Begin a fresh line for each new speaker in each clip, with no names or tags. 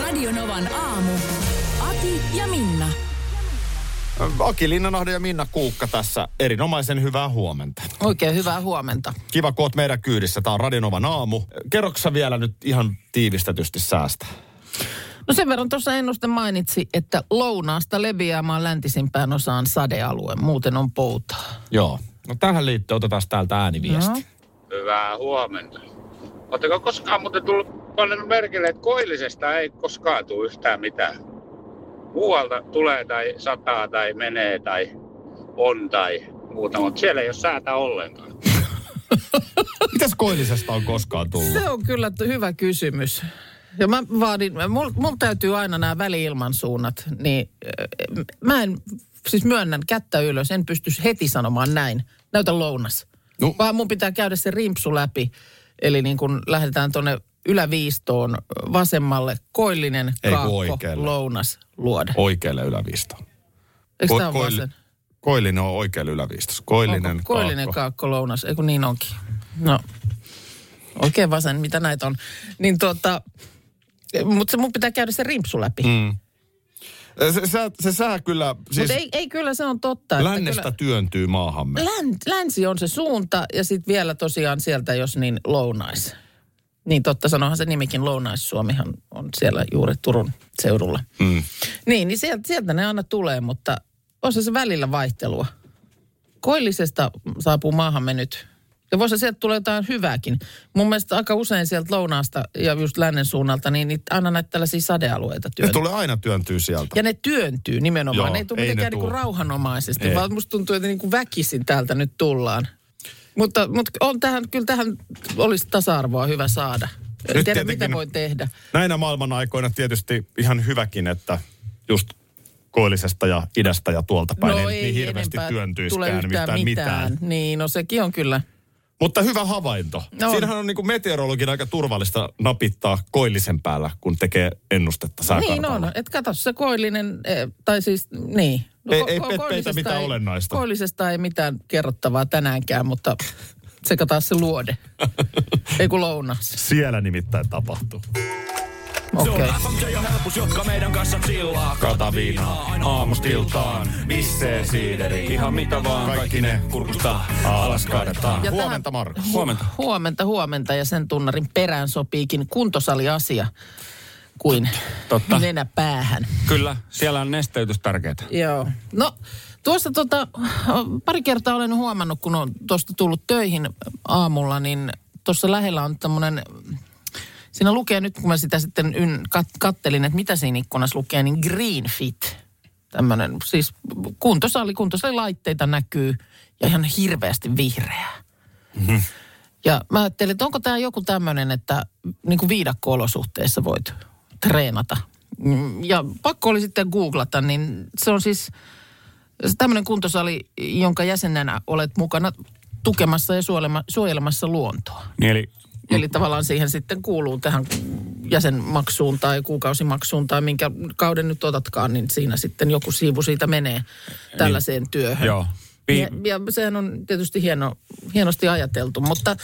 Radionovan aamu. Ati ja Minna.
Aki Linnanahde ja Minna Kuukka tässä. Erinomaisen hyvää huomenta.
Oikein hyvää huomenta.
Kiva, kun oot meidän kyydissä. Tämä on Radionovan aamu. Kerroksä vielä nyt ihan tiivistetysti säästä?
No sen verran tuossa ennuste mainitsi, että lounaasta leviämään läntisimpään osaan sadealue. Muuten on poutaa.
Joo. No tähän liittyen otetaan täältä ääniviesti.
Joo.
Hyvää huomenta. Oletteko koskaan muuten tullut paljon merkille, että koillisesta ei koskaan tule yhtään mitään? Muualta tulee tai sataa tai menee tai on tai muuta, mutta siellä ei ole säätä ollenkaan.
Mitäs koillisesta on koskaan tullut?
Se on kyllä t- hyvä kysymys. Ja mä vaadin, mulla mul täytyy aina nämä väliilmansuunnat, niin äh, mä en, siis myönnän kättä ylös, en pysty heti sanomaan näin. Näytä lounas.
No.
No. Vaan mun pitää käydä se rimpsu läpi. Eli niin kun lähdetään tuonne yläviistoon vasemmalle, koillinen,
Ei, kun
kaakko,
oikealle.
lounas, luode.
Oikealle yläviistoon.
Eikö
Ko-
tämä ole
koil-
vasen?
Koillinen on oikealle yläviistossa. Koillinen,
Onko koillinen
kaakko.
kaakko lounas, eikö niin onkin. No, oikein vasen, mitä näitä on. Niin tuota, mutta se mun pitää käydä se rimpsu läpi. Mm,
se, se, se sää kyllä, siis
mutta ei, ei kyllä se on totta. että
lännestä
kyllä-
työntyy maahamme.
Län, länsi on se suunta ja sitten vielä tosiaan sieltä, jos niin lounais. Niin totta, sanohan se nimikin Lounais-Suomihan on siellä juuri Turun seudulla.
Mm.
Niin, niin sieltä, sieltä ne aina tulee, mutta on se se välillä vaihtelua. Koillisesta saapuu maahamme nyt. Ja voisi sieltä tulee jotain hyvääkin. Mun mielestä aika usein sieltä lounaasta ja just lännen suunnalta, niin niitä aina näitä tällaisia sadealueita
Ne
työn.
tulee aina työntyy sieltä.
Ja ne työntyy nimenomaan.
Joo,
Joo, ne ei tule
ei ne
mitenkään niinku
tuu.
rauhanomaisesti,
Ei.
ei. vaan musta tuntuu, että niinku väkisin täältä nyt tullaan. Mutta, mutta on tähän, kyllä tähän olisi tasa-arvoa hyvä saada. En
Nyt
tiedä,
tietenkin-
mitä voi tehdä.
Näinä maailman aikoina tietysti ihan hyväkin, että just koillisesta ja idästä ja tuolta päin niin, niin hirveästi
No enempää tule
työntyisikään
yhtään
mitään, mitään.
Niin, no sekin on kyllä.
Mutta hyvä havainto. No.
On.
Siinähän on niin kuin meteorologin aika turvallista napittaa koillisen päällä, kun tekee ennustetta
niin
sääkartalla.
on, et katso se koillinen, eh, tai siis niin.
Ei- ei pet- peitä
koillisesta
mitään olennaista.
Koillisesta ei mitään kerrottavaa tänäänkään, mutta sekä taas se luode. ei kun lounas.
Siellä nimittäin tapahtuu.
Okei. Okay.
FMJ ja helpus, jotka meidän kanssa chillaa.
Kataviinaa
aamustiltaan. Bissee siideri, ihan mitä vaan.
Kaikki ne
kurkusta alas kaadetaan.
Ja
Huomenta, Markku.
Huomenta.
Huomenta, huomenta. Ja sen tunnarin perään sopiikin kuntosaliasia kuin
Totta.
nenä päähän.
Kyllä, siellä on nesteytys tärkeää.
Joo. No, tuossa tota, pari kertaa olen huomannut, kun on tuosta tullut töihin aamulla, niin tuossa lähellä on tämmöinen, siinä lukee nyt, kun mä sitä sitten yn, kat, kattelin, että mitä siinä ikkunassa lukee, niin Green Fit. Tämmöinen, siis kuntosali, kuntosalilaitteita näkyy ja ihan hirveästi vihreää. Ja mä ajattelin, että onko tämä joku tämmöinen, että niin kuin viidakko-olosuhteissa voit treenata. Mm, Ja pakko oli sitten googlata, niin se on siis tämmöinen kuntosali, jonka jäsenenä olet mukana tukemassa ja suojelema, suojelemassa luontoa.
Niin eli
Eli tavallaan siihen sitten kuuluu tähän jäsenmaksuun tai kuukausimaksuun tai minkä kauden nyt otatkaan, niin siinä sitten joku siivu siitä menee tällaiseen työhön.
Joo. Pi-
Ja, ja sehän on tietysti hieno, hienosti ajateltu, mutta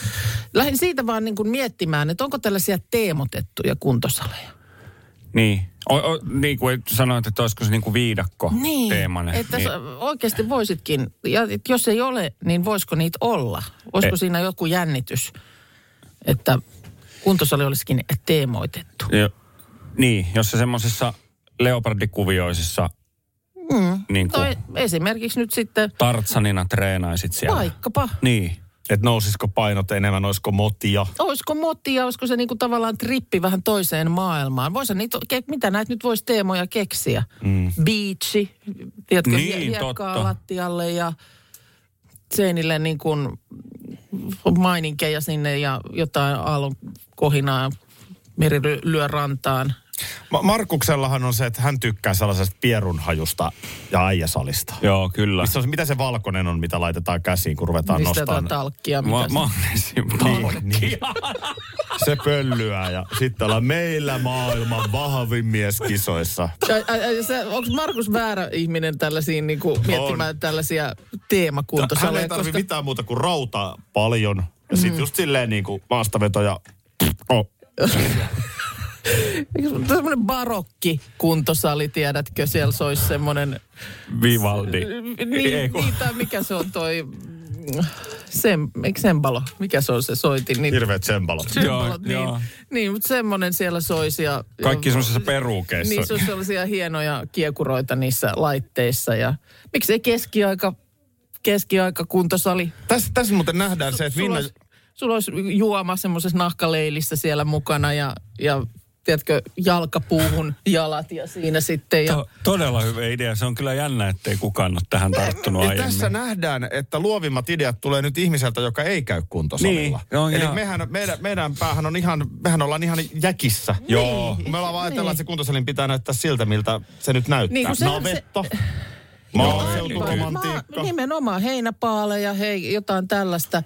lähdin siitä vaan niin kuin miettimään, että onko tällaisia teemotettuja kuntosaleja.
Niin. O, o, niin kuin sanoit, että olisiko se niin kuin viidakko teemainen.
että
niin.
niin. oikeasti voisitkin, ja et jos ei ole, niin voisiko niitä olla? Olisiko
E-
siinä joku jännitys, että kuntosali olisikin teemoitettu?
Ja, niin, jos se semmoisissa leopardikuvioisissa mm, niin kuin
Toi, esimerkiksi nyt sitten
tartsanina treenaisit siellä.
vaikkapa,
Niin.
Että nousisiko painot enemmän, olisiko motia.
olisiko motia, olisiko se niinku tavallaan trippi vähän toiseen maailmaan. Voisi niitä, ke- mitä näitä nyt voisi teemoja keksiä? Mm. Beachi, tiedätkö, niin,
Niin,
hiekkaa
totta.
lattialle ja seinille niin kuin maininkeja sinne ja jotain aallon kohinaa meri ly- lyö rantaan.
Ma- Markuksellahan on se, että hän tykkää sellaisesta pierunhajusta ja äijäsalista.
Joo, kyllä.
Missä on, se- mitä se valkoinen on, mitä laitetaan käsiin, kun ruvetaan
Mistä tota- jotain
nostamaan?
talkkia?
Ma-
Mitä se-
magneesium.
Niin, niin. Se pöllyää ja sitten ollaan meillä maailman vahvin mies kisoissa.
Ai, ai, ai, sä- Onko Markus väärä ihminen tällaisiin, niin kuin, miettimään on. tällaisia
Hän ei
teemakuntosaleja?
tarvi mitään muuta kuin rautaa paljon. Ja
Mm.
sitten just silleen niin kuin maastavetoja. Oh.
Semmoinen barokki kuntosali, tiedätkö, siellä se olisi semmoinen...
Vivaldi. Ei,
Niin,
kun-
niin, tai mikä se on toi... Sem, eikö sembalo? Mikä se on se soitin? Niin,
Hirveet sembalot.
sembalot,
Joo, joo.
niin, niin, mutta semmoinen siellä soisi. Ja,
Kaikki
ja-
semmoisessa perukeissa.
Niissä Niin, on sellaisia hienoja kiekuroita niissä laitteissa. Ja, miksei keskiaika, keskiaika kuntosali?
Tässä, tässä muuten nähdään se, että
Sulla
Minna...
olisi, sulla olisi juoma semmoisessa nahkaleilissä siellä mukana ja, ja tiedätkö, jalkapuuhun jalat ja siinä sitten. Ja,
To- todella hyvä idea. Se on kyllä jännä, ettei kukaan ole tähän tarttunut
Niin
aiemmin.
tässä nähdään, että luovimmat ideat tulee nyt ihmiseltä, joka ei käy kuntosalilla.
Niin, on
Eli
ihan-
mehän, meidän, meidän päähän on ihan, mehän ollaan ihan jäkissä.
Joo.
Me ollaan vaan ajatellaan, että se kuntosalin pitää näyttää siltä, miltä se nyt näyttää. No,
Niin, kun sehän
Navetta, se...
Maa-
maaseuturomantiikka.
nimenomaan heinäpaaleja, hei, jotain tällaista.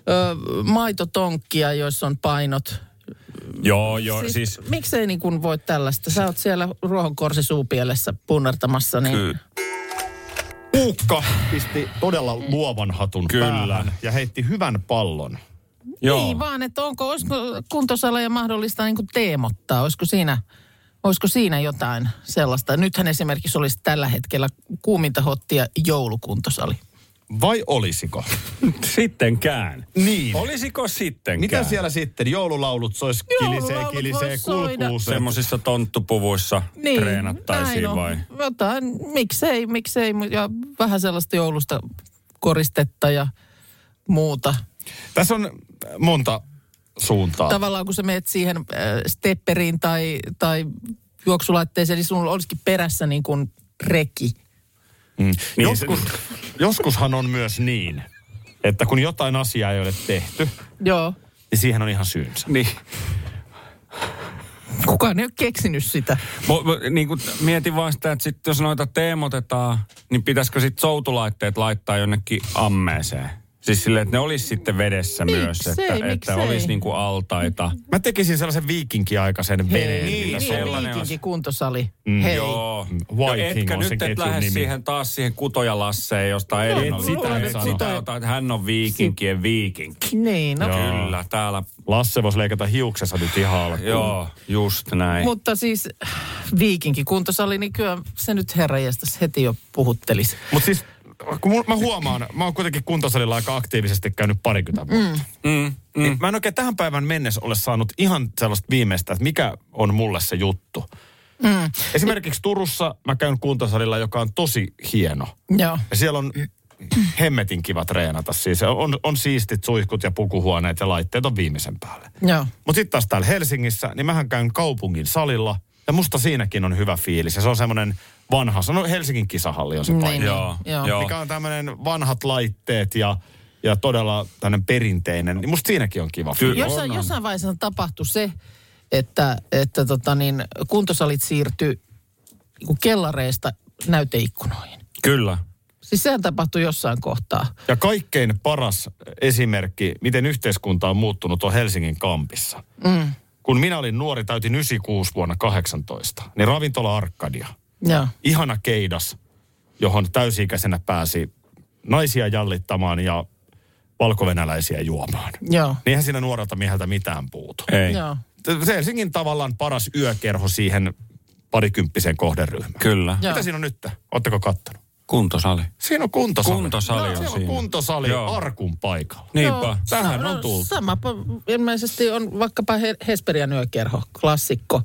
Ö, maitotonkkia, joissa on painot.
Joo, joo. Siis, siis
Miksei niin kun voi tällaista? Sä oot siellä ruohonkorsi suupielessä punnertamassa, niin
ky-
Uukka pisti todella luovan hatun
Kyllä.
päähän ja heitti hyvän pallon.
joo.
Niin vaan, että onko, olisiko kuntosaleja mahdollista niin teemottaa, olisiko siinä, olisiko siinä jotain sellaista. Nythän esimerkiksi olisi tällä hetkellä kuuminta hottia joulukuntosali.
Vai olisiko?
Sittenkään.
Niin.
Olisiko sittenkään?
Mitä siellä sitten? Joululaulut sois
Joululaulut
kilisee,
vois
kilisee,
soida.
kulkuuseen.
Semmoisissa tonttupuvuissa niin, treenattaisiin
näin on.
vai?
Jotain, miksei, miksei, mu- ja vähän sellaista joulusta koristetta ja muuta.
Tässä on monta
Ah.
suuntaa.
Tavallaan kun sä menet siihen äh, stepperiin tai, tai juoksulaitteeseen, niin sulla olisikin perässä niin kuin reki.
Niin,
Mm. Joskus, joskushan on myös niin, että kun jotain asiaa ei ole tehty,
Joo.
niin siihen on ihan syynsä.
Niin.
Kukaan ei ole keksinyt sitä.
Mo, mo, niin kun mietin vaan sitä, että sit jos noita teemotetaan, niin pitäisikö sitten soutulaitteet laittaa jonnekin ammeeseen? Siis silleen, että ne olisi sitten vedessä
Miksei,
myös, että, että
miksei?
olisi niinku altaita.
Mä tekisin sellaisen viikinkiaikaisen veneen.
niin,
mitä
niin,
se on.
sellainen
viikinki kuntosali. Mm, Hei.
Joo.
White
No
King
etkä
on sen
nyt et
ketjun
lähde
nimi.
siihen taas siihen kutoja Lasseen, josta no,
no,
eilen oli.
sitä
Sitä,
en
et
sano.
sitä, että hän on viikinkien viikinki.
Niin, no.
Joo.
Kyllä, täällä.
Lasse voisi leikata hiuksensa nyt ihan alkuun.
Joo, just näin.
Mutta siis viikinki kuntosali, niin kyllä se nyt herranjestas heti jo puhuttelisi.
Mutta siis, kun mul- mä huomaan, mä oon kuitenkin kuntosalilla aika aktiivisesti käynyt parikymmentä vuotta.
Mm, mm.
Niin mä en oikein tähän päivän mennessä ole saanut ihan sellaista viimeistä, että mikä on mulle se juttu. Mm. Esimerkiksi Turussa mä käyn kuntosalilla, joka on tosi hieno.
Joo.
Ja siellä on hemmetin kiva treenata. Siis on, on siistit suihkut ja pukuhuoneet ja laitteet on viimeisen päälle.
Joo.
Mutta sitten taas täällä Helsingissä, niin mähän käyn kaupungin salilla. Ja musta siinäkin on hyvä fiilis. Ja se on semmoinen vanha, se on no Helsingin kisahalli on se
Niin,
paikka.
niin,
Joo,
joo.
joo.
Mikä on tämmöinen vanhat laitteet ja, ja todella tämmöinen perinteinen. Niin musta siinäkin on kiva
Kyllä.
fiilis.
Jossain,
on.
jossain vaiheessa tapahtui se, että, että tota niin, kuntosalit siirtyi niinku kellareista näyteikkunoihin.
Kyllä.
Siis sehän tapahtui jossain kohtaa.
Ja kaikkein paras esimerkki, miten yhteiskunta on muuttunut, on Helsingin kampissa.
Mm.
Kun minä olin nuori, täytin 96 vuonna 18, niin ravintola Arkadia.
Joo.
Ihana keidas, johon täysi-ikäisenä pääsi naisia jallittamaan ja valkovenäläisiä juomaan.
Joo.
Niinhän siinä nuorelta mieheltä mitään puutu.
Ei.
Joo.
Se Helsingin tavallaan paras yökerho siihen parikymppiseen kohderyhmään.
Kyllä.
Joo.
Mitä siinä on nyt? Oletteko kattonut?
Kuntosali.
Siinä on kuntosali.
Kuntosali on
Joo, siellä on
siinä.
kuntosali
Joo.
arkun paikalla.
Niinpä.
Tähän
No,
on tultu.
Sama, pa- ilmeisesti on vaikkapa He- Hesperian yökerho, klassikko.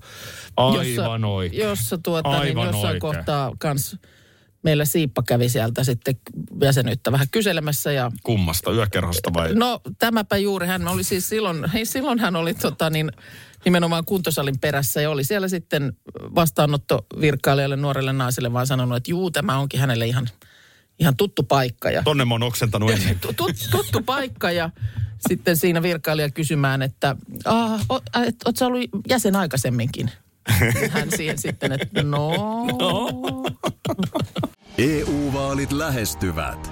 Aivan oikein.
Jossa, tuota, niin
Aivan
jossain
oikein.
kohtaa kans meillä Siippa kävi sieltä sitten jäsenyyttä vähän kyselemässä ja
Kummasta, yökerhosta vai?
No tämäpä juuri, hän oli siis silloin, hei, silloin hän oli tota, niin, nimenomaan kuntosalin perässä ja oli siellä sitten vastaanottovirkailijalle nuorelle naiselle vaan sanonut, että juu tämä onkin hänelle ihan, ihan tuttu paikka. Ja,
Tonne mä oon oksentanut ennen.
tu- tu- tuttu paikka ja sitten siinä virkailija kysymään, että "Aa, o- ä, et, oot sä ollut jäsen aikaisemminkin? Niin Hän siihen sitten, että no. no.
EU-vaalit E lähestyvät.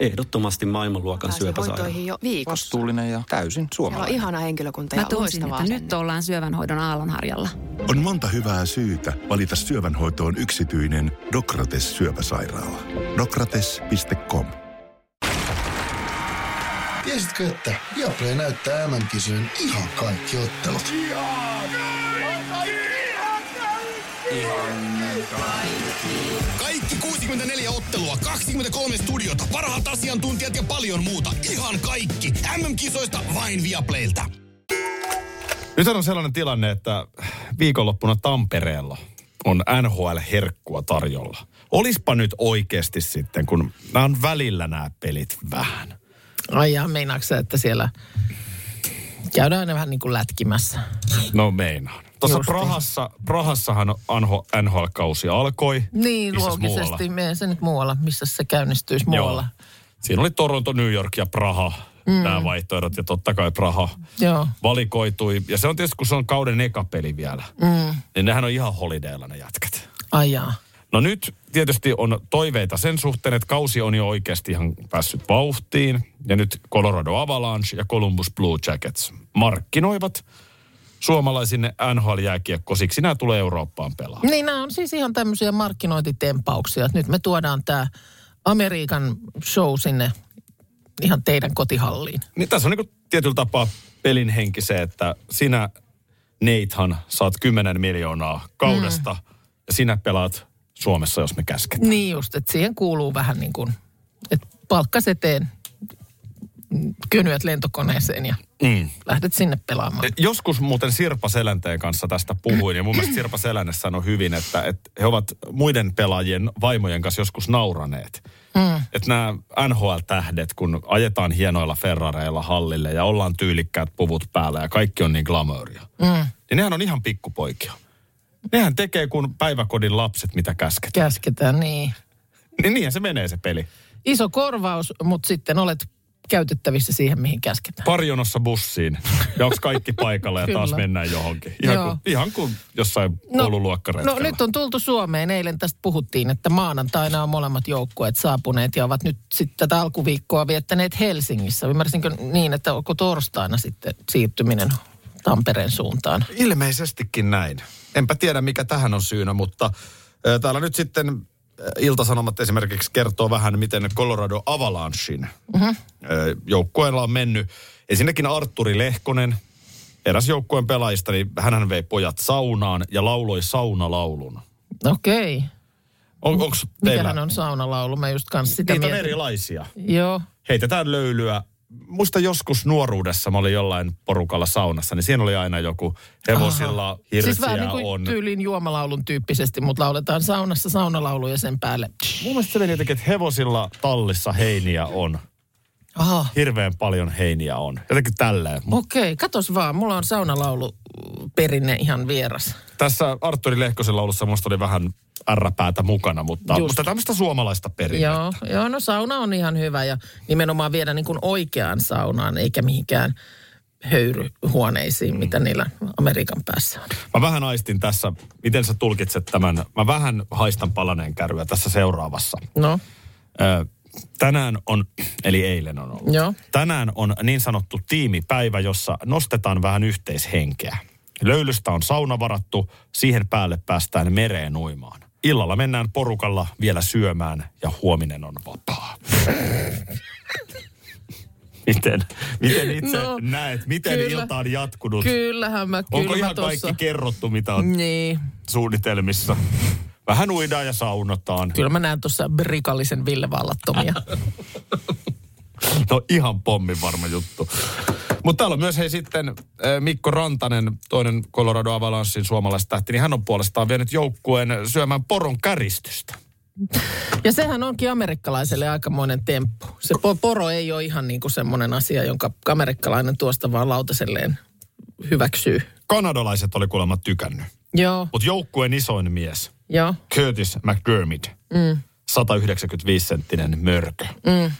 Ehdottomasti maailmanluokan syöpäsairaala.
hoitoihin jo viikossa.
Vastuullinen ja täysin
Siellä on
suomalainen.
ihana henkilökunta
Mä
ja
toisin,
loistava
että nyt
asenne.
ollaan syövänhoidon aallonharjalla.
On monta hyvää syytä valita syövänhoitoon yksityinen Dokrates syöpäsairaala. Dokrates.com
Tiesitkö, että Viaplay näyttää MM-kisojen ihan kaikki ottelut?
Kaikki 64 ottelua, 23 studiota, parhaat asiantuntijat ja paljon muuta. Ihan kaikki. MM-kisoista vain Viaplaylta.
Nyt on sellainen tilanne, että viikonloppuna Tampereella on NHL-herkkua tarjolla. Olispa nyt oikeasti sitten, kun nämä on välillä nämä pelit vähän.
Ai ja meinaatko sä, että siellä käydään aina vähän niin kuin lätkimässä.
No meinaan. Tuossa
Justiin.
Prahassa, Prahassahan Anho, NHL-kausi alkoi.
Niin,
Missäs
loogisesti.
muualla?
Mene se nyt muualla, missä se käynnistyisi muualla.
Siinä oli Toronto, New York ja Praha. Mm. Nämä vaihtoehdot ja totta kai Praha
Joo.
valikoitui. Ja se on tietysti, kun se on kauden eka peli vielä. Mm. Niin nehän on ihan holideilla ne jätkät.
Ai jaa.
No nyt tietysti on toiveita sen suhteen, että kausi on jo oikeasti ihan päässyt vauhtiin. Ja nyt Colorado Avalanche ja Columbus Blue Jackets markkinoivat suomalaisille NHL-jääkiekko. Siksi nämä tulee Eurooppaan pelaamaan.
Niin nämä on siis ihan tämmöisiä markkinointitempauksia. Nyt me tuodaan tämä Amerikan show sinne ihan teidän kotihalliin.
Niin tässä on niin tietyllä tapaa pelin henki se, että sinä Neithan saat 10 miljoonaa kaudesta ja sinä pelaat Suomessa, jos me käsketään.
Niin just, että siihen kuuluu vähän niin kuin, että palkkas eteen, mm, könyät lentokoneeseen ja
Mm.
lähdet sinne pelaamaan.
Joskus muuten Sirpa Selänteen kanssa tästä puhuin, ja mun mielestä Sirpa Selänne sanoi hyvin, että, että he ovat muiden pelaajien vaimojen kanssa joskus nauraneet. Mm. Että nämä NHL-tähdet, kun ajetaan hienoilla Ferrareilla hallille ja ollaan tyylikkäät puvut päällä ja kaikki on niin glamouria, mm. niin nehän on ihan pikkupoikia. Nehän tekee kun päiväkodin lapset, mitä käsketään.
Käsketään, niin.
Niin niinhän se menee se peli.
Iso korvaus, mutta sitten olet käytettävissä siihen, mihin käsketään.
Parjonossa bussiin. Ja onko kaikki paikalla ja taas
Kyllä.
mennään johonkin. Ihan,
Joo.
kuin, ihan kuin jossain koululuokkaretkellä.
no nyt on tultu Suomeen. Eilen tästä puhuttiin, että maanantaina on molemmat joukkueet saapuneet ja ovat nyt sitten tätä alkuviikkoa viettäneet Helsingissä. Ymmärsinkö niin, että onko torstaina sitten siirtyminen Tampereen suuntaan?
Ilmeisestikin näin. Enpä tiedä, mikä tähän on syynä, mutta äh, täällä nyt sitten äh, Iltasanomat esimerkiksi kertoo vähän, miten Colorado Avalanchein
Mhm.
mm-hmm. joukkueella on mennyt. Ensinnäkin Arturi Lehkonen, eräs joukkueen pelaajista, niin hän vei pojat saunaan ja lauloi saunalaulun.
Okei.
On, onks teillä?
Mikähän on saunalaulu? Mä just kanssa sitä
Niitä on
mietin.
erilaisia.
Joo.
heitetään löylyä. Muista joskus nuoruudessa mä olin jollain porukalla saunassa, niin siinä oli aina joku hevosilla hirsiä
Siis vähän niin kuin
on.
tyyliin juomalaulun tyyppisesti, mutta lauletaan saunassa saunalaulu ja sen päälle.
Mun mielestä se meni jotenkin, että hevosilla tallissa heiniä on.
Aha.
Hirveän paljon heiniä on. Jotenkin tälleen. Mut
Okei, katos vaan. Mulla on saunalaulu perinne ihan vieras.
tässä Arturi Lehkosen laulussa musta oli vähän R-päätä mukana, mutta,
Just.
mutta tämmöistä suomalaista perintöä.
Joo, joo, no sauna on ihan hyvä ja nimenomaan viedä niin kuin oikeaan saunaan eikä mihinkään höyryhuoneisiin, mitä
Mm.
niillä Amerikan päässä on.
Mä vähän aistin tässä, miten sä tulkitset tämän. Mä vähän haistan palaneen kärryä tässä seuraavassa.
No,
Ö, tänään on, eli eilen on ollut.
Joo.
Tänään on niin sanottu tiimipäivä, jossa nostetaan vähän yhteishenkeä. Löylystä on sauna varattu, siihen päälle päästään mereen uimaan. Illalla mennään porukalla vielä syömään ja huominen on vapaa. miten, miten itse
No,
no, näet, miten
kyllä.
kyllä, ilta on jatkunut?
kyllähän mä, kyllä
Onko
mä
ihan
tossa-
kaikki kerrottu, mitä on
Niin,
suunnitelmissa? Vähän uidaan ja saunotaan.
kyllä mä näen tuossa brikallisen Ville Vallattomia.
No ihan pommin varma juttu. Mutta täällä on myös hei sitten eh, Mikko Rantanen, toinen Colorado Avalanssin suomalaistähti, niin hän on puolestaan vienyt joukkueen syömään poron käristystä.
Ja sehän onkin amerikkalaiselle aikamoinen temppu. Se po- poro ei ole ihan niin kuin semmoinen asia, jonka amerikkalainen tuosta vaan lautaselleen hyväksyy.
Kanadalaiset oli kuulemma tykännyt,
Joo,
mutta joukkueen isoin mies,
joo.
Curtis McDermott, mm. 195-senttinen mörkö. Mm.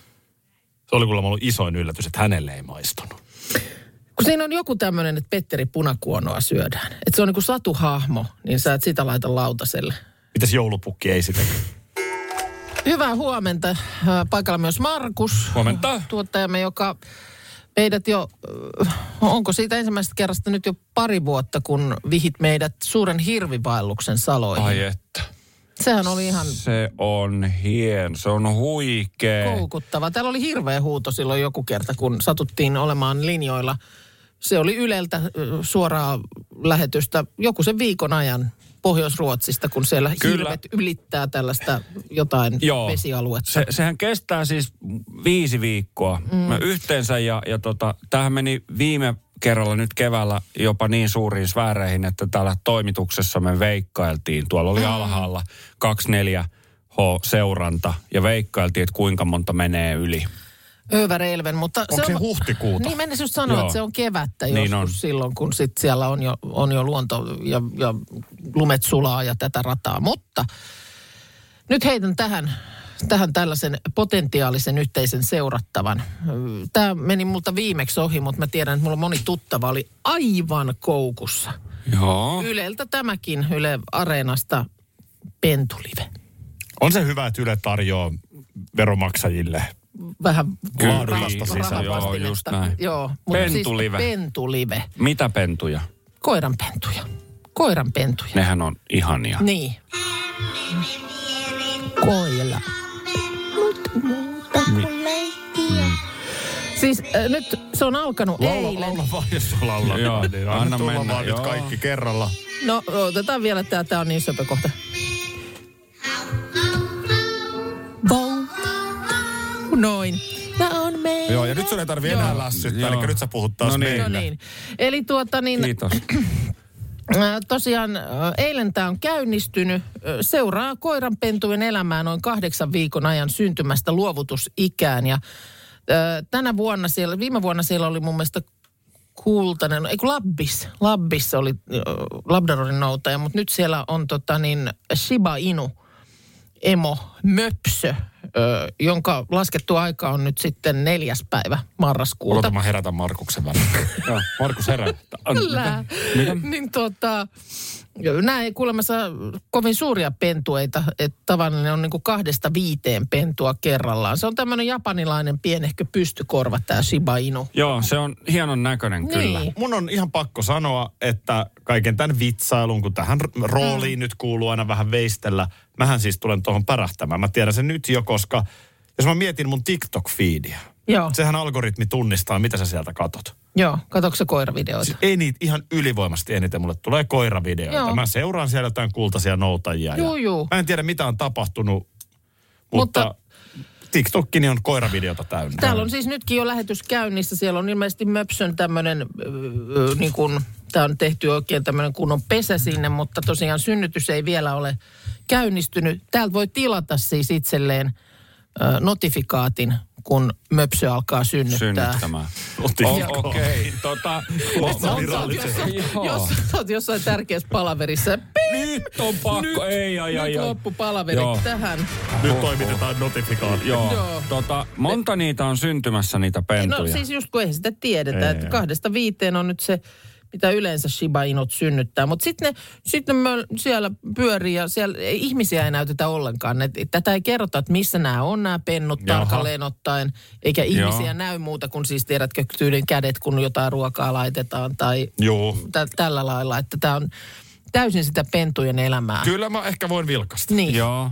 Se oli kuulemma ollut isoin yllätys, että hänelle ei maistunut.
Kun siinä on joku tämmöinen, että Petteri punakuonoa syödään. Että se on niin kuin satuhahmo, niin sä et sitä laita lautaselle.
Mitäs joulupukki ei sitä?
Hyvää huomenta. Äh, Paikalla myös Markus.
Huomenta.
Tuottajamme, joka meidät jo, äh, onko siitä ensimmäisestä kerrasta nyt jo pari vuotta, kun vihit meidät suuren hirvivaelluksen saloihin.
Ai että.
Sehän oli ihan
Se on hien, se on huikee.
koukuttava. Täällä oli hirveä huuto silloin joku kerta, kun satuttiin olemaan linjoilla. Se oli Yleltä ö, suoraa lähetystä joku sen viikon ajan Pohjois-Ruotsista, kun siellä
Kyllä.
Kyllä. hirvet ylittää tällaista jotain
Joo.
vesialuetta.
Se, sehän kestää siis viisi viikkoa mm. Mä yhteensä ja, ja tota, tämähän meni viime kerralla nyt keväällä jopa niin suuriin sfääreihin, että täällä toimituksessa me veikkailtiin. Tuolla
Mm.
oli alhaalla 24H-seuranta ja veikkailtiin, että kuinka monta menee yli.
Överelven, mutta...
Onko se huhtikuuta?
Niin, mennä just sanoa,
Joo.
että se on kevättä
Niin
joskus
on.
silloin, kun sit siellä on jo, on jo luonto ja, ja lumet sulaa ja tätä rataa. Mutta nyt heitän tähän, tähän tällaisen potentiaalisen yhteisen seurattavan. Tämä meni multa viimeksi ohi, mutta mä tiedän, että mulla moni tuttava oli aivan koukussa.
Joo.
Yleltä tämäkin, Yle Areenasta, Pentulive.
On se hyvä, että Yle tarjoaa veromaksajille
Vähän
Kyllä,
rahapasta-
sisä, joo,
rahapastinetta.
just näin.
Joo, mutta
Pentulive.
Siis pentulive.
Mitä pentuja?
Koiranpentuja. Koiranpentuja. Ne.
Nehän on ihania.
Niin. Koira. Siis äh, nyt se on alkanut eilen.
vaan, jos sä laulat.
Joo,
niin anna,
anna
anna tulla
mennä,
vaan nyt
joo.
kaikki kerralla.
No otetaan vielä tää, tää on niin söpö kohta. Vau. Noin. Tää on meillä.
Joo, ja nyt sun ei tarvi enää lässyttää,
Joo.
eli nyt sä puhut taas
No
no
niin.
niin.
No
meille.
niin. Eli tuota niin,
Kiitos.
Äh, Tosiaan äh, eilen tämä on käynnistynyt. Äh, Seuraa koiranpentujen elämää noin kahdeksan viikon ajan syntymästä luovutusikään. Ja äh, tänä vuonna siellä, viime vuonna siellä oli mun mielestä kultainen, ei kun Labbis, Labbis oli äh, Labradoorin noutaja, mutta nyt siellä on tota niin Shiba Inu, emo, möpsö, äh, jonka laskettu aika on nyt sitten neljäs päivä marraskuuta.
Odota, mä herätän Markuksen välillä.
Joo, Markus herää.
Kyllä. Niin tota, nämä ei kuulemma saa kovin suuria pentueita, että tavallinen on niinku kahdesta viiteen pentua kerrallaan. Se on tämmöinen japanilainen pienehkö pystykorva tämä Shiba Inu.
Joo, se on hienon näköinen kyllä.
Niin.
Mun on ihan pakko sanoa, että kaiken tämän vitsailun, kun tähän r- rooliin nyt kuuluu aina vähän veistellä, mähän siis tulen tuohon pärähtämään. Mä tiedän sen nyt jo, koska jos mä mietin mun TikTok-fiidiä,
Joo, se...
sehän algoritmi tunnistaa, mitä sä sieltä katot.
joo. Katsoiko se koiravideoita?
Siis Ei niitä ihan ylivoimasti eniten. Mulle tulee koiravideoita.
Joo.
Joo. Mä seuraan siellä jotain kultaisia noutajia.
Juu,
ja
juu.
Mä en tiedä, mitä on tapahtunut, mutta, mutta TikTokkini on koiravideota täynnä.
Täällä on siis nytkin jo lähetys käynnissä. Siellä on ilmeisesti Möpsön tämmöinen, niin kuin, tämä on tehty oikein tämmöinen kunnon pesä sinne, mutta tosiaan synnytys ei vielä ole käynnistynyt. Täältä voi tilata siis itselleen ö, notifikaatin, kun Möpsö alkaa synnyttää.
synnyttämään.
siis-
Otin
O-
jakoon.
Okei, tota...
Sä oot- sä oot jossain- Jos sä oot jossain tärkeässä palaverissa,
Nyt on pakko,
nyt,
ei, ai, ai,
nyt
ai.
loppu palaveri
Joo.
tähän.
Nyt toimitetaan notifikaatio.
Joo,
Joo.
Tota, monta niitä on syntymässä niitä pentuja?
No siis just kun eihän sitä tiedetä, ei, että kahdesta viiteen on nyt se, mitä yleensä Shiba Inut synnyttää. Mutta sitten ne, sit ne möl- siellä pyörii ja siellä ei, ihmisiä ei näytetä ollenkaan. Et, et tätä ei kerrota, että missä nämä on nämä pennut
Jaha.
Jaha. tarkalleen ottaen. Eikä ihmisiä
Joo.
Joo. näy muuta kuin siis tiedätkö tyylin kädet, kun jotain ruokaa laitetaan tai
Joo.
tä- tällä lailla. Että tämä on täysin sitä pentujen elämää.
Kyllä mä ehkä voin vilkaista.
Niin,
Joo.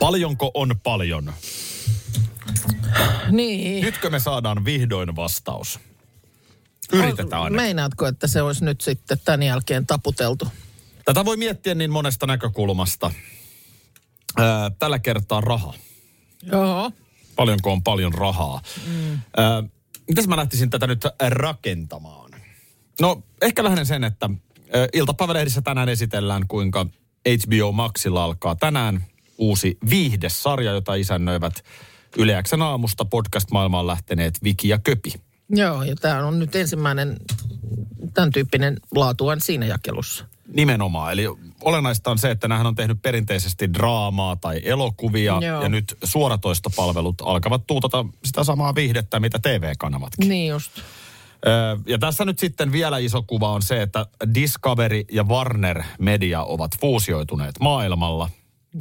Paljonko on paljon?
niin.
Nytkö me saadaan vihdoin vastaus? Yritetään aina.
Meinaatko, että se olisi nyt sitten tämän jälkeen taputeltu?
Tätä voi miettiä niin monesta näkökulmasta. Ää, tällä kertaa raha.
Joo.
Paljonko on paljon rahaa? Mm. Ää, Mitäs mä lähtisin tätä nyt rakentamaan? No, ehkä lähden sen, että ö, iltapäivälehdissä tänään esitellään, kuinka HBO Maxilla alkaa tänään uusi viihdesarja, jota isännöivät Yleäksen aamusta podcast-maailmaan lähteneet Viki ja Köpi.
Joo, ja tämä on nyt ensimmäinen tämän tyyppinen laatuaan siinä jakelussa.
Nimenomaan. Eli olennaista on se, että nämähän on tehnyt perinteisesti draamaa tai elokuvia.
Joo.
Ja nyt suoratoistopalvelut alkavat tuutata sitä samaa viihdettä, mitä TV-kanavatkin.
Niin just.
Öö, Ja tässä nyt sitten vielä iso kuva on se, että Discovery ja Warner Media ovat fuusioituneet maailmalla.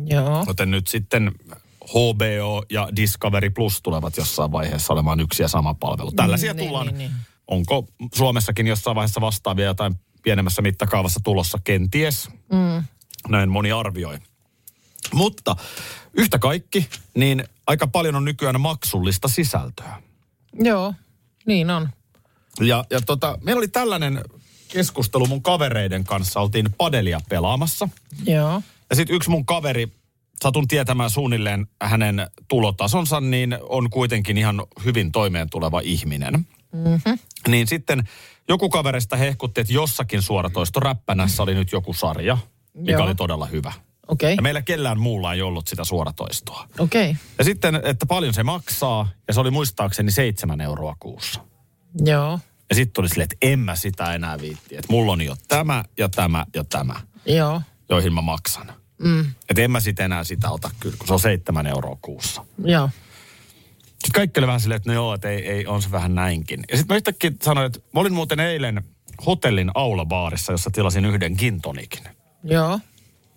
Joo.
Joten nyt sitten HBO ja Discovery Plus tulevat jossain vaiheessa olemaan yksi ja sama palvelu. Tällaisia
Mm, niin,
tullaan.
niin, niin.
Onko Suomessakin jossain vaiheessa vastaavia jotain pienemmässä mittakaavassa tulossa? Kenties. Mm. Näin moni arvioi. Mutta yhtä kaikki, niin aika paljon on nykyään maksullista sisältöä.
Joo, niin on.
Ja, ja tota, meillä oli tällainen keskustelu mun kavereiden kanssa. Oltiin padelia pelaamassa.
Joo.
Ja sitten yksi mun kaveri, satun tietämään suunnilleen hänen tulotasonsa, niin on kuitenkin ihan hyvin toimeen tuleva ihminen. Mm-hmm. Niin sitten joku kavereista hehkutti, että jossakin suoratoistoräppänässä oli nyt joku sarja, mikä
Joo.
oli todella hyvä.
Okei,
Ja
okay.
meillä kellään muulla ei ollut sitä suoratoistoa.
okei. Okay.
Ja sitten, että paljon se maksaa, ja se oli muistaakseni 7 euroa kuussa.
Joo,
Ja sitten tuli silleen, että en mä sitä enää viitti. Että mulla on jo tämä ja tämä ja tämä,
joo,
joihin mä maksan. Mm. Että en mä sit enää sitä ota kyllä, kun se on seitsemän euroa kuussa.
joo.
Sitten kaikki oli vähän silleen, että no joo, että ei, ei, on se vähän näinkin. Ja sitten mä yhtäkkiä sanoin, että mä olin muuten eilen hotellin aulabaarissa, jossa tilasin yhden gintonikin.
Joo.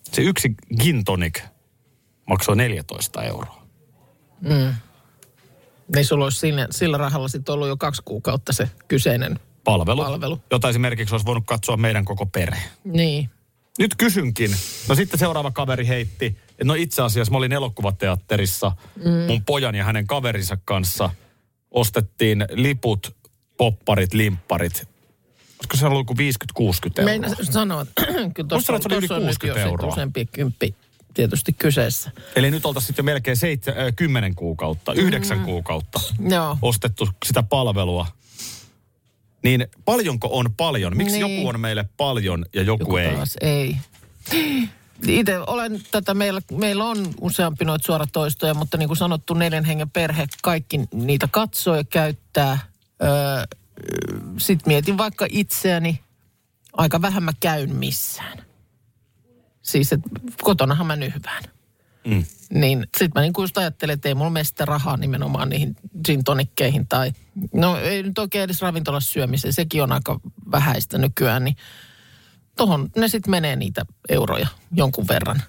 Se yksi gintonik maksoi 14 euroa.
Niin sulla olisi sillä, sillä rahalla sitten ollut jo kaksi kuukautta se kyseinen.
Palvelu,
Palvelu.
jota esimerkiksi olisi voinut katsoa meidän koko perhe.
Niin.
nyt kysynkin. No sitten seuraava kaveri heitti, että no itse asiassa mä olin elokuvateatterissa mm. mun pojan ja hänen kaverinsa kanssa. Ostettiin liput, popparit, limpparit. Olisiko se ollut joku 50-60 euroa?
Meina sanoa, että kyllä
Musta
tuossa on,
että se oli yli
tuossa on nyt jo
60
se
euroa.
useampi kymppi tietysti kyseessä.
Eli nyt oltaisiin sitten jo melkein seit- äh, 10 kuukautta, 9 kuukautta
Joo.
ostettu sitä palvelua. Niin paljonko on paljon? Miksi
Niin.
joku on meille paljon ja joku, joku ei?
Taas ei. Itse olen tätä, meillä, meillä on useampi noita suoratoistoja, mutta niin kuin sanottu, neljän hengen perhe, kaikki niitä katsoo ja käyttää. Öö, Sitten mietin vaikka itseäni, aika vähän mä käyn missään. Siis, että kotonahan mä nyhvään. Mm. Niin sit mä niinku just ajattelin, että ei mulla mene sitä rahaa nimenomaan niihin gin tonikkeihin tai... No ei nyt oikein edes ravintolassa syömiseen, sekin on aika vähäistä nykyään, niin tohon ne sitten menee niitä euroja jonkun verran.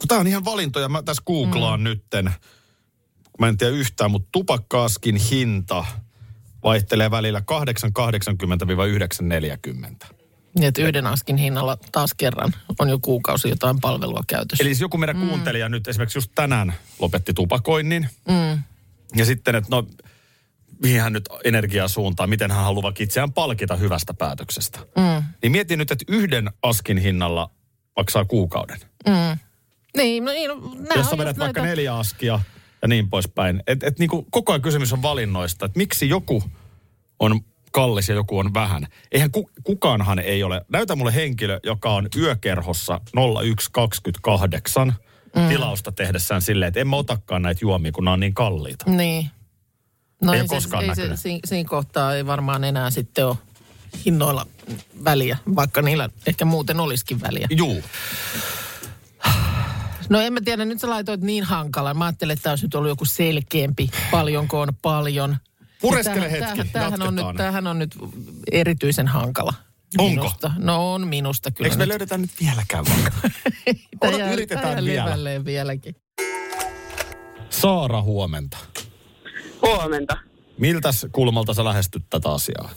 kun tää on ihan valintoja. Mä tässä googlaan mm. nytten, kun mä en tiedä yhtään, mutta tupakkaaskin hinta vaihtelee välillä 8,80-9,40.
Niin, että yhden askin hinnalla taas kerran on jo kuukausi jotain palvelua käytössä.
Eli jos joku meidän mm. kuuntelija nyt esimerkiksi just tänään lopetti tupakoinnin. Mm. Ja sitten, että no, mihin hän nyt energiaa suuntaa, miten hän haluaa itseään palkita hyvästä päätöksestä. Mm. Niin mieti nyt, että yhden askin hinnalla maksaa kuukauden.
Niin, no niin, no, nää
jos
on
sä vedät
just
vaikka
näitä-
neljä askia ja niin poispäin. Et, et niinku koko ajan kysymys on valinnoista, että miksi joku on kallis ja joku on vähän. Eihän ku, kukaanhan ei ole. Näytä mulle henkilö, joka on yökerhossa 0128 mm. tilausta tehdessään silleen, että en mä otakaan näitä juomia, kun nämä on niin kalliita.
Niin. No
Ei
ei,
ole koskaan
se, ei se,
näkynyt.
siinä, siinä kohtaa ei varmaan enää sitten ole hinnoilla väliä, vaikka niillä ehkä muuten olisikin väliä.
Juu.
No en mä tiedä, nyt sä laitoit niin hankalan. Mä ajattelin, että tämä olisi nyt ollut joku selkeämpi, paljonko on paljon.
Pureskele hetki,
tämähän, tämähän, on nyt,
jatketaan.
tämähän on nyt erityisen hankala.
Onko?
Minusta. No on minusta kyllä.
Eikö me
nyt.
löydetä nyt vieläkään vaikka?
Tää
Ota,
jää-
yritetään
tää jää
vielä.
levälleen vieläkin.
Saara, huomenta.
Huomenta.
Miltäs kulmalta sä lähestyt tätä asiaa?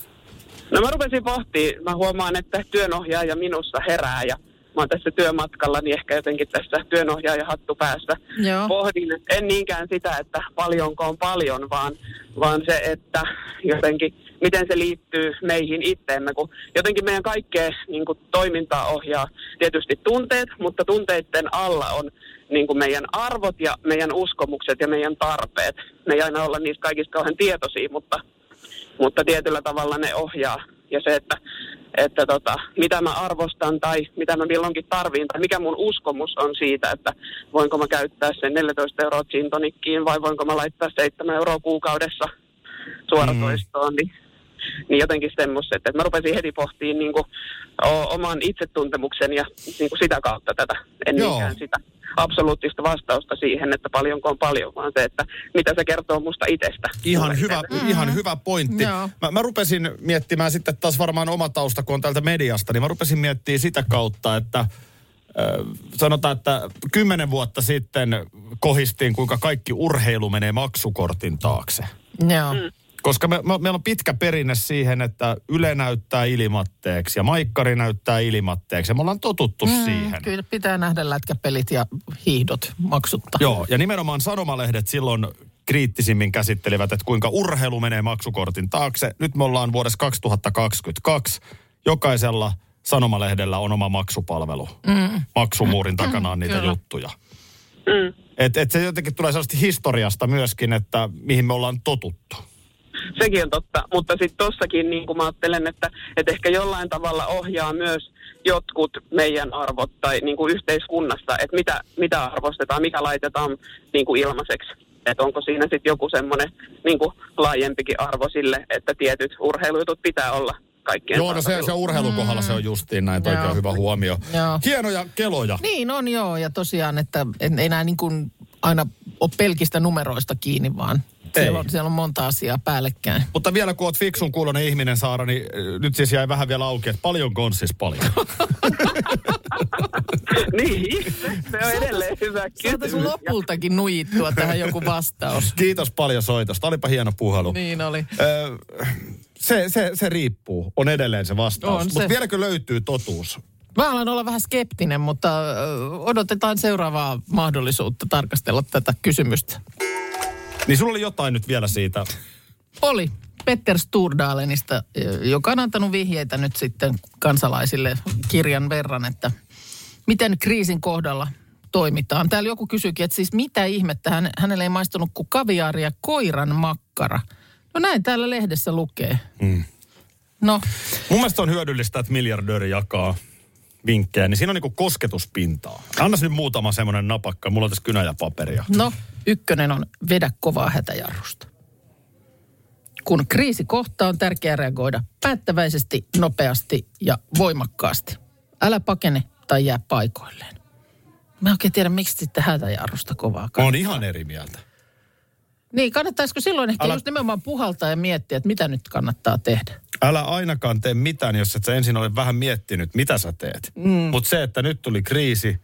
No mä rupesin pohtimaan, Niin, mä huomaan, että työnohjaaja minussa herää ja mä oon tässä työmatkalla, niin ehkä jotenkin tässä työnohjaaja hattu päässä
Joo.
pohdin, en niinkään sitä, että paljonko on paljon, vaan, vaan se, että jotenkin miten se liittyy meihin itteemme, kun jotenkin meidän kaikkea niin kuin, toimintaa ohjaa tietysti tunteet, mutta tunteiden alla on niin kuin, meidän arvot ja meidän uskomukset ja meidän tarpeet. Me ei aina olla niistä kaikista kauhean tietoisia, mutta mutta tietyllä tavalla ne ohjaa. Ja se, että, että tota, mitä mä arvostan tai mitä mä milloinkin tarviin tai mikä mun uskomus on siitä, että voinko mä käyttää sen 14 euroa gin tonickiin vai voinko mä laittaa 7 euroa kuukaudessa
Mm.
suoratoistoon, niin niin jotenkin semmoiset, että mä rupesin heti pohtimaan niin kuin, o, oman itsetuntemuksen ja niin kuin sitä kautta tätä, en
Joo.
niinkään sitä absoluuttista vastausta siihen, että paljonko on paljon, vaan se, että mitä se kertoo musta itsestä.
Ihan hyvä, ihan hyvä pointti.
Joo.
Mä, mä rupesin miettimään sitten taas varmaan oma tausta, kun on täältä mediasta, niin mä rupesin miettimään sitä kautta, että äh, sanotaan, että kymmenen vuotta sitten kohistiin, kuinka kaikki urheilu menee maksukortin taakse.
Joo.
Koska me, me, meillä on pitkä perinne siihen, että Yle näyttää ilmatteeksi ja Maikkari näyttää ilmatteeksi. Ja me ollaan totuttu mm, siihen.
Kyllä pitää nähdä lätkäpelit ja hiihdot maksutta.
Joo, ja nimenomaan sanomalehdet silloin kriittisimmin käsittelivät, että kuinka urheilu menee maksukortin taakse. Nyt me ollaan vuodessa 2022. Jokaisella sanomalehdellä on oma maksupalvelu. Mm. Maksumuurin takana on niitä
Mm, kyllä.
juttuja.
Mm.
Et, et se jotenkin tulee sellaista historiasta myöskin, että mihin me ollaan totuttu.
sekin on totta, mutta sitten tossakin niin kuin mä ajattelen, että, että ehkä jollain tavalla ohjaa myös jotkut meidän arvot tai niin kuin yhteiskunnassa, että mitä, mitä arvostetaan, mikä laitetaan niin kuin ilmaiseksi. Että onko siinä sitten joku semmoinen niin kuin laajempikin arvo sille, että tietyt urheilujutut pitää olla kaikkien
Joo, no se, se
saatavilla.
urheilun kohdalla se on justiin näin. Toi
Mm. Joo.
on hyvä huomio.
Joo.
Hienoja keloja.
Niin on joo, ja tosiaan, että en enää niin kuin aina ole pelkistä numeroista kiinni, vaan siellä on, siellä on monta asiaa päällekkäin.
Mutta vielä kun oot fiksun kuulonen ihminen, Saara, niin äh, nyt siis jäi vähän vielä auki, että paljonko on siis paljon.
niin, se on edelleen hyvä
Saataisiin
kysymys.
lopultakin nujittua tähän joku vastaus.
Kiitos paljon soitosta. Olipa hieno puhelu.
Niin oli.
Öö, se, se, se riippuu. On edelleen se vastaus.
On
Mutta
se.
vieläkö löytyy totuus?
Mä alan olla vähän skeptinen, mutta ö, odotetaan seuraavaa mahdollisuutta tarkastella tätä kysymystä.
Niin sulla oli jotain nyt vielä siitä.
Oli Petter Sturdalenista, ö, joka on antanut vihjeitä nyt sitten kansalaisille kirjan verran, että miten kriisin kohdalla toimitaan. Täällä joku kysyykin, että siis mitä ihmettä, hän, hänelle ei maistunut kuin kaviaaria koiran makkara. No näin täällä lehdessä lukee. Mm. No,
Mun mielestä on hyödyllistä, että miljardööri jakaa vinkkejä, niin siinä on niinku kosketuspintaa. Anna nyt muutama semmoinen napakka. Mulla on tässä kynä ja paperia.
No, ykkönen on vedä kovaa hätäjarrusta. Kun kriisi kohtaa, on tärkeää reagoida päättäväisesti, nopeasti ja voimakkaasti. Älä pakene tai jää paikoilleen. Mä en oikein tiedä, miksi sitten hätäjarrusta kovaa.
Mä
Kann-
oon ihan eri mieltä.
niin, kannattaisiko silloin ehkä
Älä-
Älä... just nimenomaan puhaltaa ja miettiä, että mitä nyt kannattaa tehdä.
Älä ainakaan tee mitään, jos et sä ensin ole vähän miettinyt, mitä sä teet. Mm. Mutta se, että nyt tuli kriisi,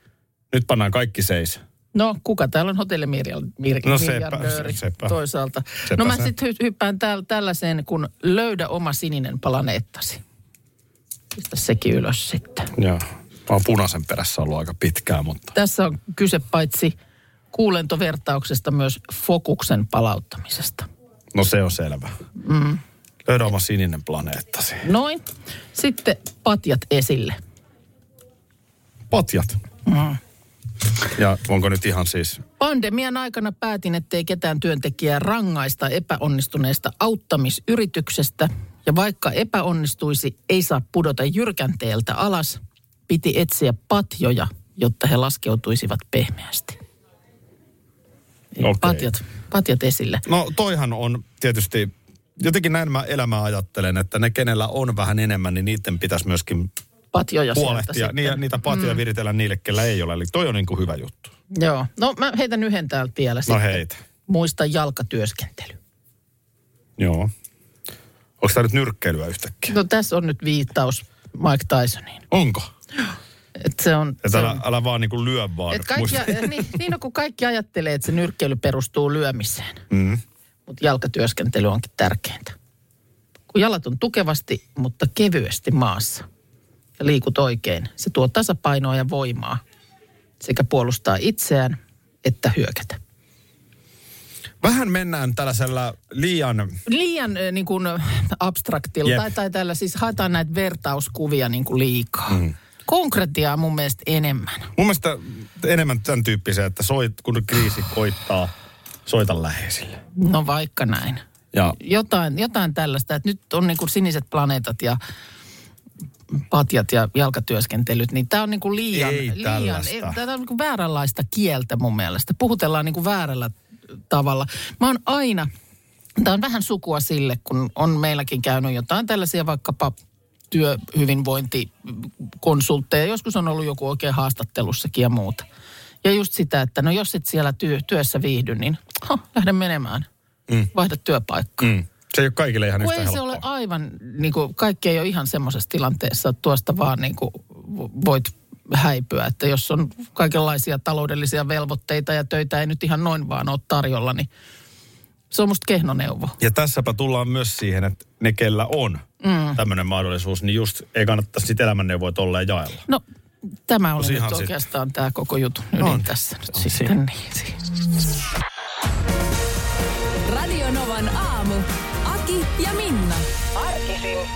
nyt pannaan kaikki seis.
No, kuka täällä on
No sepä,
hotellimiljardööri
se- sepä.
toisaalta.
Sepä
no mä
se.
sitten hyppään täl- tällaiseen, kun löydä oma sininen planeettasi. Pistä sekin ylös sitten.
Joo. Mä oon punaisen perässä ollut aika pitkään, mutta...
Tässä on kyse paitsi kuulentovertauksesta myös fokuksen palauttamisesta.
No se on selvä. Mm. Löydä oma sininen planeettasi.
Noin. Sitten patjat esille.
Patjat. Mm. Ja onko nyt ihan siis...
Pandemian aikana päätin, ettei ketään työntekijää rangaista epäonnistuneesta auttamisyrityksestä. Ja vaikka epäonnistuisi, ei saa pudota jyrkänteeltä alas. Piti etsiä patjoja, jotta he laskeutuisivat pehmeästi. Eli
Okei.
Patjat, patjat esille.
No toihan on tietysti... Jotenkin näin mä elämää ajattelen, että ne kenellä on vähän enemmän, niin niiden pitäisi myöskin
Patjoja sieltä
huolehtia.
sitten.
Niin, ja niitä patjoja mm. viritellä niille, kellä ei ole. Eli toi on niin kuin hyvä juttu.
Joo. No mä heitän yhden täältä vielä
No
sitten.
heitä.
Muista jalkatyöskentely.
Joo. Onko tämä nyt nyrkkeilyä yhtäkkiä?
No tässä on nyt viittaus Mike Tysoniin.
Onko?
Et se on,
Että
se
älä,
on,
älä vaan niin kuin lyö vaan.
et kaikki,
Muista-
niin, niin on, kun kaikki ajattelee, että se nyrkkeily perustuu lyömiseen. Mm. Mutta jalkatyöskentely onkin tärkeintä. Kun jalat on tukevasti, mutta kevyesti maassa ja liikut oikein, se tuo tasapainoa ja voimaa sekä puolustaa itseään että hyökätä.
Vähän mennään tällaisella liian...
Liian äh, niin kuin, äh, abstraktilla
Jep.
tai, tai tällä siis haetaan näitä vertauskuvia niin kuin liikaa. Mm. Konkretiaa mun mielestä enemmän.
Mun mielestä enemmän tämän tyyppisiä, että soit, kun kriisi koittaa, soita läheisille.
No vaikka näin.
Ja
Jotain, jotain tällaista, että nyt on niin kuin siniset planeetat ja patjat ja jalkatyöskentelyt, niin tämä on niin kuin liian,
Ei
liian
tällaista.
tämä on niin kuin vääränlaista kieltä mun mielestä. Puhutellaan niin kuin väärällä tavalla. Mä oon aina, tämä on vähän sukua sille, kun on meilläkin käynyt jotain tällaisia vaikkapa työhyvinvointikonsultteja. Joskus on ollut joku oikein haastattelussakin ja muuta. Ja just sitä, että no jos et siellä työ, työssä viihdy, niin ha, lähde menemään. Mm. Vaihda työpaikkaa.
mm, se ei ole kaikille ihan
Kun
yhtä
ei se ole
helppoa.
aivan, niin kuin, kaikki ei ole ihan semmoisessa tilanteessa, että tuosta vaan niin kuin, voit häipyä. Että jos on kaikenlaisia taloudellisia velvoitteita ja töitä ei nyt ihan noin vaan ole tarjolla, niin se on musta kehnoneuvo.
Ja tässäpä tullaan myös siihen, että ne kellä on mm. tämmöinen mahdollisuus, niin just ei kannattaisi sitä elämänneuvoja tolleen jaella.
No, tämä oli
No,
nyt
siinähän sit- No niin.
oikeastaan tämä koko jutun ydin
On.
tässä nyt sitten. Niin, siis.
Radio Novan aamu. Aki ja Minna.
Arkisin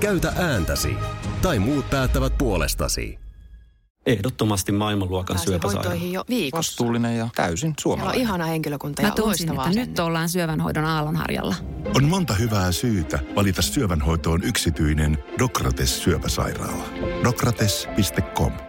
Käytä ääntäsi. Tai muut päättävät puolestasi.
Ehdottomasti maailmanluokan syöpäsairaala.
jo viikossa.
Vastuullinen ja täysin
Siellä on ihana henkilökunta
Mä
ja
tunsin,
loistavaa.
että nyt ollaan syövänhoidon aallonharjalla.
On monta hyvää syytä valita syövänhoitoon yksityinen Dokrates syöpäsairaala. Dokrates.com